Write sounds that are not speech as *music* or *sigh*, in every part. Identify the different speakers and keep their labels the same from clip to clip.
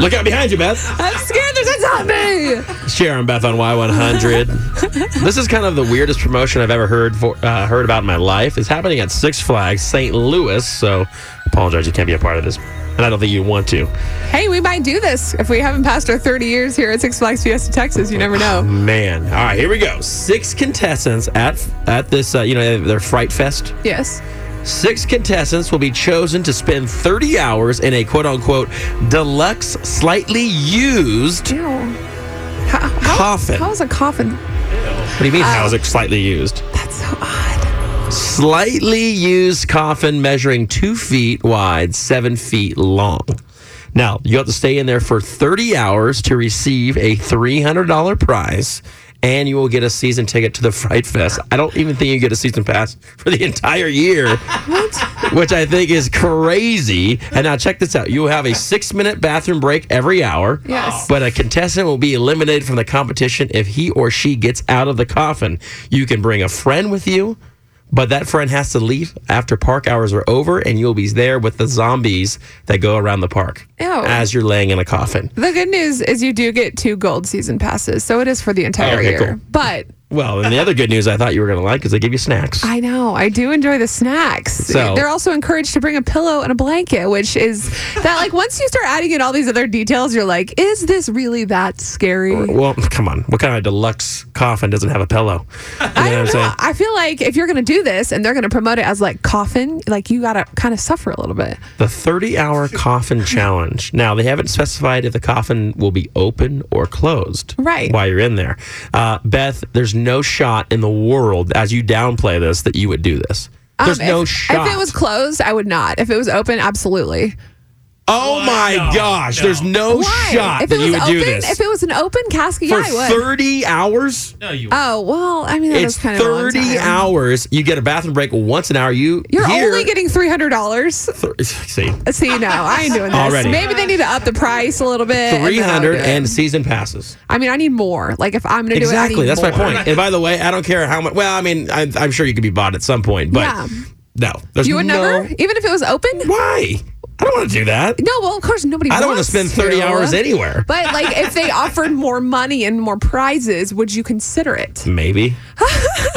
Speaker 1: Look out behind you, Beth.
Speaker 2: I'm scared there's a zombie.
Speaker 1: Sharon Beth on Y100. *laughs* this is kind of the weirdest promotion I've ever heard for, uh, heard about in my life. It's happening at Six Flags St. Louis, so apologize you can't be a part of this. And I don't think you want to.
Speaker 2: Hey, we might do this if we haven't passed our 30 years here at Six Flags Fiesta, Texas. You never know.
Speaker 1: Man, all right, here we go. Six contestants at at this, uh, you know, their Fright Fest.
Speaker 2: Yes.
Speaker 1: Six contestants will be chosen to spend 30 hours in a quote unquote deluxe, slightly used.
Speaker 2: Ew. How, how-
Speaker 1: Coffin.
Speaker 2: How is a coffin?
Speaker 1: What do you mean, how is it slightly used?
Speaker 2: That's so odd.
Speaker 1: Slightly used coffin measuring two feet wide, seven feet long. Now, you have to stay in there for 30 hours to receive a $300 prize, and you will get a season ticket to the Fright Fest. I don't even think you get a season pass for the entire year, which I think is crazy. And now, check this out you will have a six minute bathroom break every hour.
Speaker 2: Yes.
Speaker 1: But a contestant will be eliminated from the competition if he or she gets out of the coffin. You can bring a friend with you, but that friend has to leave after park hours are over, and you'll be there with the zombies that go around the park
Speaker 2: Ew.
Speaker 1: as you're laying in a coffin.
Speaker 2: The good news is you do get two gold season passes, so it is for the entire
Speaker 1: Okay,
Speaker 2: year.
Speaker 1: cool.
Speaker 2: But
Speaker 1: Well, and the other good news I thought you were going to like is they give you snacks.
Speaker 2: I know I do enjoy the snacks.
Speaker 1: So-
Speaker 2: They're also encouraged to bring a pillow and a blanket, which is that like once you start adding in all these other details, you're like, is this really that scary?
Speaker 1: well, come on. What kind of deluxe coffin doesn't have a pillow? You know
Speaker 2: I don't know. I feel like if you're going to do this and they're going to promote it as like coffin, like you got to kind of suffer a little bit.
Speaker 1: The 30 hour
Speaker 2: *laughs*
Speaker 1: coffin challenge. Now, they haven't specified if the coffin will be open or closed
Speaker 2: Right.
Speaker 1: while you're in there. Uh, Beth, there's no shot in the world, as you downplay this, that you would do this. There's
Speaker 2: Um,
Speaker 1: no
Speaker 2: if,
Speaker 1: shot.
Speaker 2: If it was closed, I would not. If it was open, absolutely.
Speaker 1: oh
Speaker 3: What?
Speaker 1: my
Speaker 3: No,
Speaker 1: gosh.
Speaker 3: no.
Speaker 1: There's no
Speaker 2: Why?
Speaker 1: shot
Speaker 2: if
Speaker 1: that
Speaker 2: it was
Speaker 1: you would
Speaker 2: open,
Speaker 1: do this.
Speaker 2: If it was an open casket,
Speaker 1: For
Speaker 2: yeah, I would.
Speaker 1: 30 hours?
Speaker 3: No, you.
Speaker 2: oh well, I mean that
Speaker 1: It's
Speaker 2: is kind of a long
Speaker 1: 30
Speaker 2: time.
Speaker 1: hours. You get a bathroom break once an hour. You,
Speaker 2: You're
Speaker 1: here-
Speaker 2: only getting three hundred dollars.
Speaker 1: Thir- see,
Speaker 2: See, no, I ain't doing this.
Speaker 1: Already.
Speaker 2: Maybe they need to up the price a little bit. and then I'll do
Speaker 1: 300
Speaker 2: it.
Speaker 1: and season passes.
Speaker 2: I mean, I need more. Like if I'm gonna do
Speaker 1: Exactly.
Speaker 2: it, I need
Speaker 1: That's my
Speaker 2: more.
Speaker 1: point. And by the way, I don't care how much. Well, I mean, I, I'm sure you could be bought at some point, but
Speaker 2: Yeah.
Speaker 1: no, there's
Speaker 2: You would
Speaker 1: no.
Speaker 2: never, even if it was open.
Speaker 1: Why? I don't want to do that.
Speaker 2: No, well, of course nobody.
Speaker 1: I don't want to spend
Speaker 2: wants
Speaker 1: 30 hours anywhere.
Speaker 2: But like, if they offered more money and more prizes, would you consider it? *laughs*
Speaker 1: Maybe.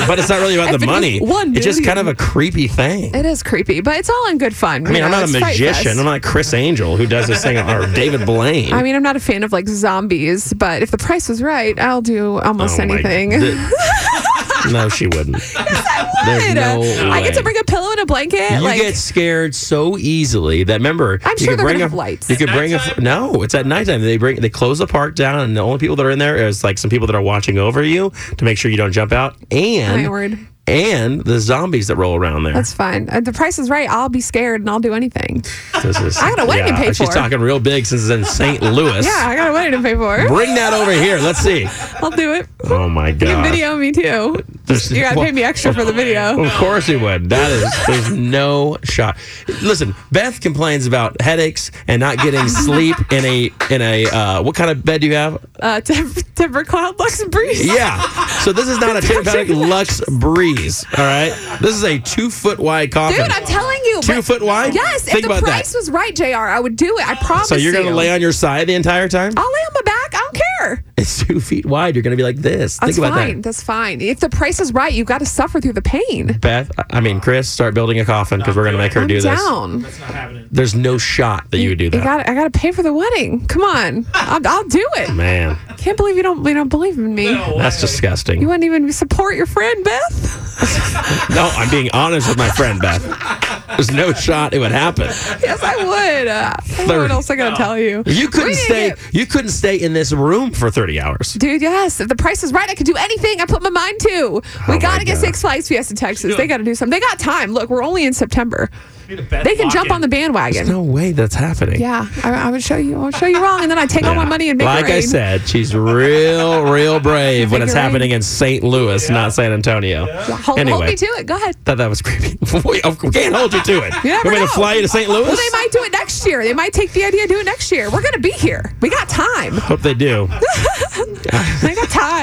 Speaker 1: but it's not really about
Speaker 2: If
Speaker 1: the
Speaker 2: it was
Speaker 1: money.
Speaker 2: one
Speaker 1: It's just
Speaker 2: million.
Speaker 1: kind of a creepy thing.
Speaker 2: It is creepy, but it's all in good fun.
Speaker 1: I mean, I'm not a magician. I'm not Chris Angel who does
Speaker 2: *laughs*
Speaker 1: this thing, or David Blaine.
Speaker 2: I mean, I'm not a fan of like zombies, but if the price was right, I'll do almost
Speaker 1: Oh my
Speaker 2: anything. *laughs*
Speaker 1: th- no, she wouldn't. There's
Speaker 2: Good.
Speaker 1: no
Speaker 2: uh, I
Speaker 1: way.
Speaker 2: get to bring a pillow and a blanket.
Speaker 1: You
Speaker 2: like,
Speaker 1: get scared so easily that remember
Speaker 2: I'm
Speaker 1: you
Speaker 2: sure
Speaker 1: could
Speaker 2: they're
Speaker 1: bring
Speaker 2: gonna
Speaker 1: a
Speaker 2: have lights.
Speaker 1: You could bring a
Speaker 3: Nighttime?
Speaker 1: no. It's at nighttime. They bring they close the park down, and the only people that are in there is like some people that are watching over you to make sure you don't jump out. And
Speaker 2: My word.
Speaker 1: and the zombies that roll around there.
Speaker 2: that's fine. If the price is right, I'll be scared and I'll do anything.
Speaker 1: This is-
Speaker 2: *laughs* I got a wedding to pay
Speaker 1: She's
Speaker 2: for.
Speaker 1: talking real big since it's in St. Louis.
Speaker 2: *laughs* Yeah, I got a wedding to pay for.
Speaker 1: Bring that over here. Let's
Speaker 2: *laughs*
Speaker 1: see.
Speaker 2: I'll do it.
Speaker 1: Oh my
Speaker 2: You can
Speaker 1: god.
Speaker 2: video me too.
Speaker 1: There's- Oh
Speaker 2: You gotta pay me extra for the video.
Speaker 1: Of course he would. That is, there's no shot. Listen, Beth complains about headaches and not getting sleep in a in a uh, what kind of bed do you have?
Speaker 2: uh, Tem- Temper Cloud Lux Breeze.
Speaker 1: Yeah. So this is not a Tempur-Pedic Lux Breeze. All right. This is a two foot wide
Speaker 2: Dude,
Speaker 1: coffin.
Speaker 2: I'm telling you.
Speaker 1: Two
Speaker 2: but-
Speaker 1: foot wide?
Speaker 2: Yes.
Speaker 1: Think
Speaker 2: if the
Speaker 1: about that.
Speaker 2: price was right, JR, I would do it. I promise
Speaker 1: so you're gonna
Speaker 2: you.
Speaker 1: lay on your side the entire time?
Speaker 2: I'll lay on my back. I don't care.
Speaker 1: It's two feet wide. You're gonna be like this.
Speaker 2: That's
Speaker 1: Think about
Speaker 2: fine.
Speaker 1: that.
Speaker 2: That's fine. If the price is right, you've got to suffer through the pain.
Speaker 1: Beth, I- I mean Chris, start building a coffin because we're gonna make her
Speaker 2: I'm
Speaker 1: do this.
Speaker 2: down.
Speaker 3: That's not happening.
Speaker 1: There's no shot that you would do
Speaker 2: I
Speaker 1: that.
Speaker 2: got. I got to pay for the wedding. Come on. I'll, I'll do it.
Speaker 1: Man,
Speaker 2: Can't believe you don't. You don't believe in me.
Speaker 3: No
Speaker 1: that's
Speaker 3: way.
Speaker 2: You
Speaker 1: disgusting.
Speaker 2: wouldn't even support your friend Beth.
Speaker 1: No, I'm being honest with my friend Beth. There's no shot it would happen.
Speaker 2: Yes,
Speaker 1: *laughs*
Speaker 2: I would. Uh, what
Speaker 1: Thirty.
Speaker 2: else I gotta tell you?
Speaker 1: You
Speaker 2: We
Speaker 1: couldn't
Speaker 2: didn't
Speaker 1: stay.
Speaker 2: get-
Speaker 1: You couldn't stay in this room for 30 hours.
Speaker 2: Dude, yes. If the price is right, I could do anything I put my mind to. We
Speaker 1: my
Speaker 2: got to get
Speaker 1: God.
Speaker 2: Six Flags Fiesta Texas. They got to do something. They got time. Look, we're only in September.
Speaker 3: Need a bed
Speaker 2: They can
Speaker 3: lock
Speaker 2: jump
Speaker 3: in.
Speaker 2: on the bandwagon.
Speaker 1: No way that's happening.
Speaker 2: yeah, I, I would show you. I'll show you wrong, and then I take all my
Speaker 1: Yeah.
Speaker 2: money and make
Speaker 1: like
Speaker 2: it rain.
Speaker 1: I said, she's real, real brave when
Speaker 2: Make
Speaker 1: it's
Speaker 2: it rain.
Speaker 1: happening in St. Louis, not San Antonio.
Speaker 2: Yeah, hold,
Speaker 1: anyway,
Speaker 2: hold me to it. Go ahead.
Speaker 1: thought that was creepy. *laughs* we of- we can't hold you to it.
Speaker 2: You never
Speaker 1: want me
Speaker 2: know.
Speaker 1: to fly you to St. Louis?
Speaker 2: Well, they might do it next year. They might take the idea, do it next year. We're gonna be here. We got time.
Speaker 1: Hope they do.
Speaker 2: I got time.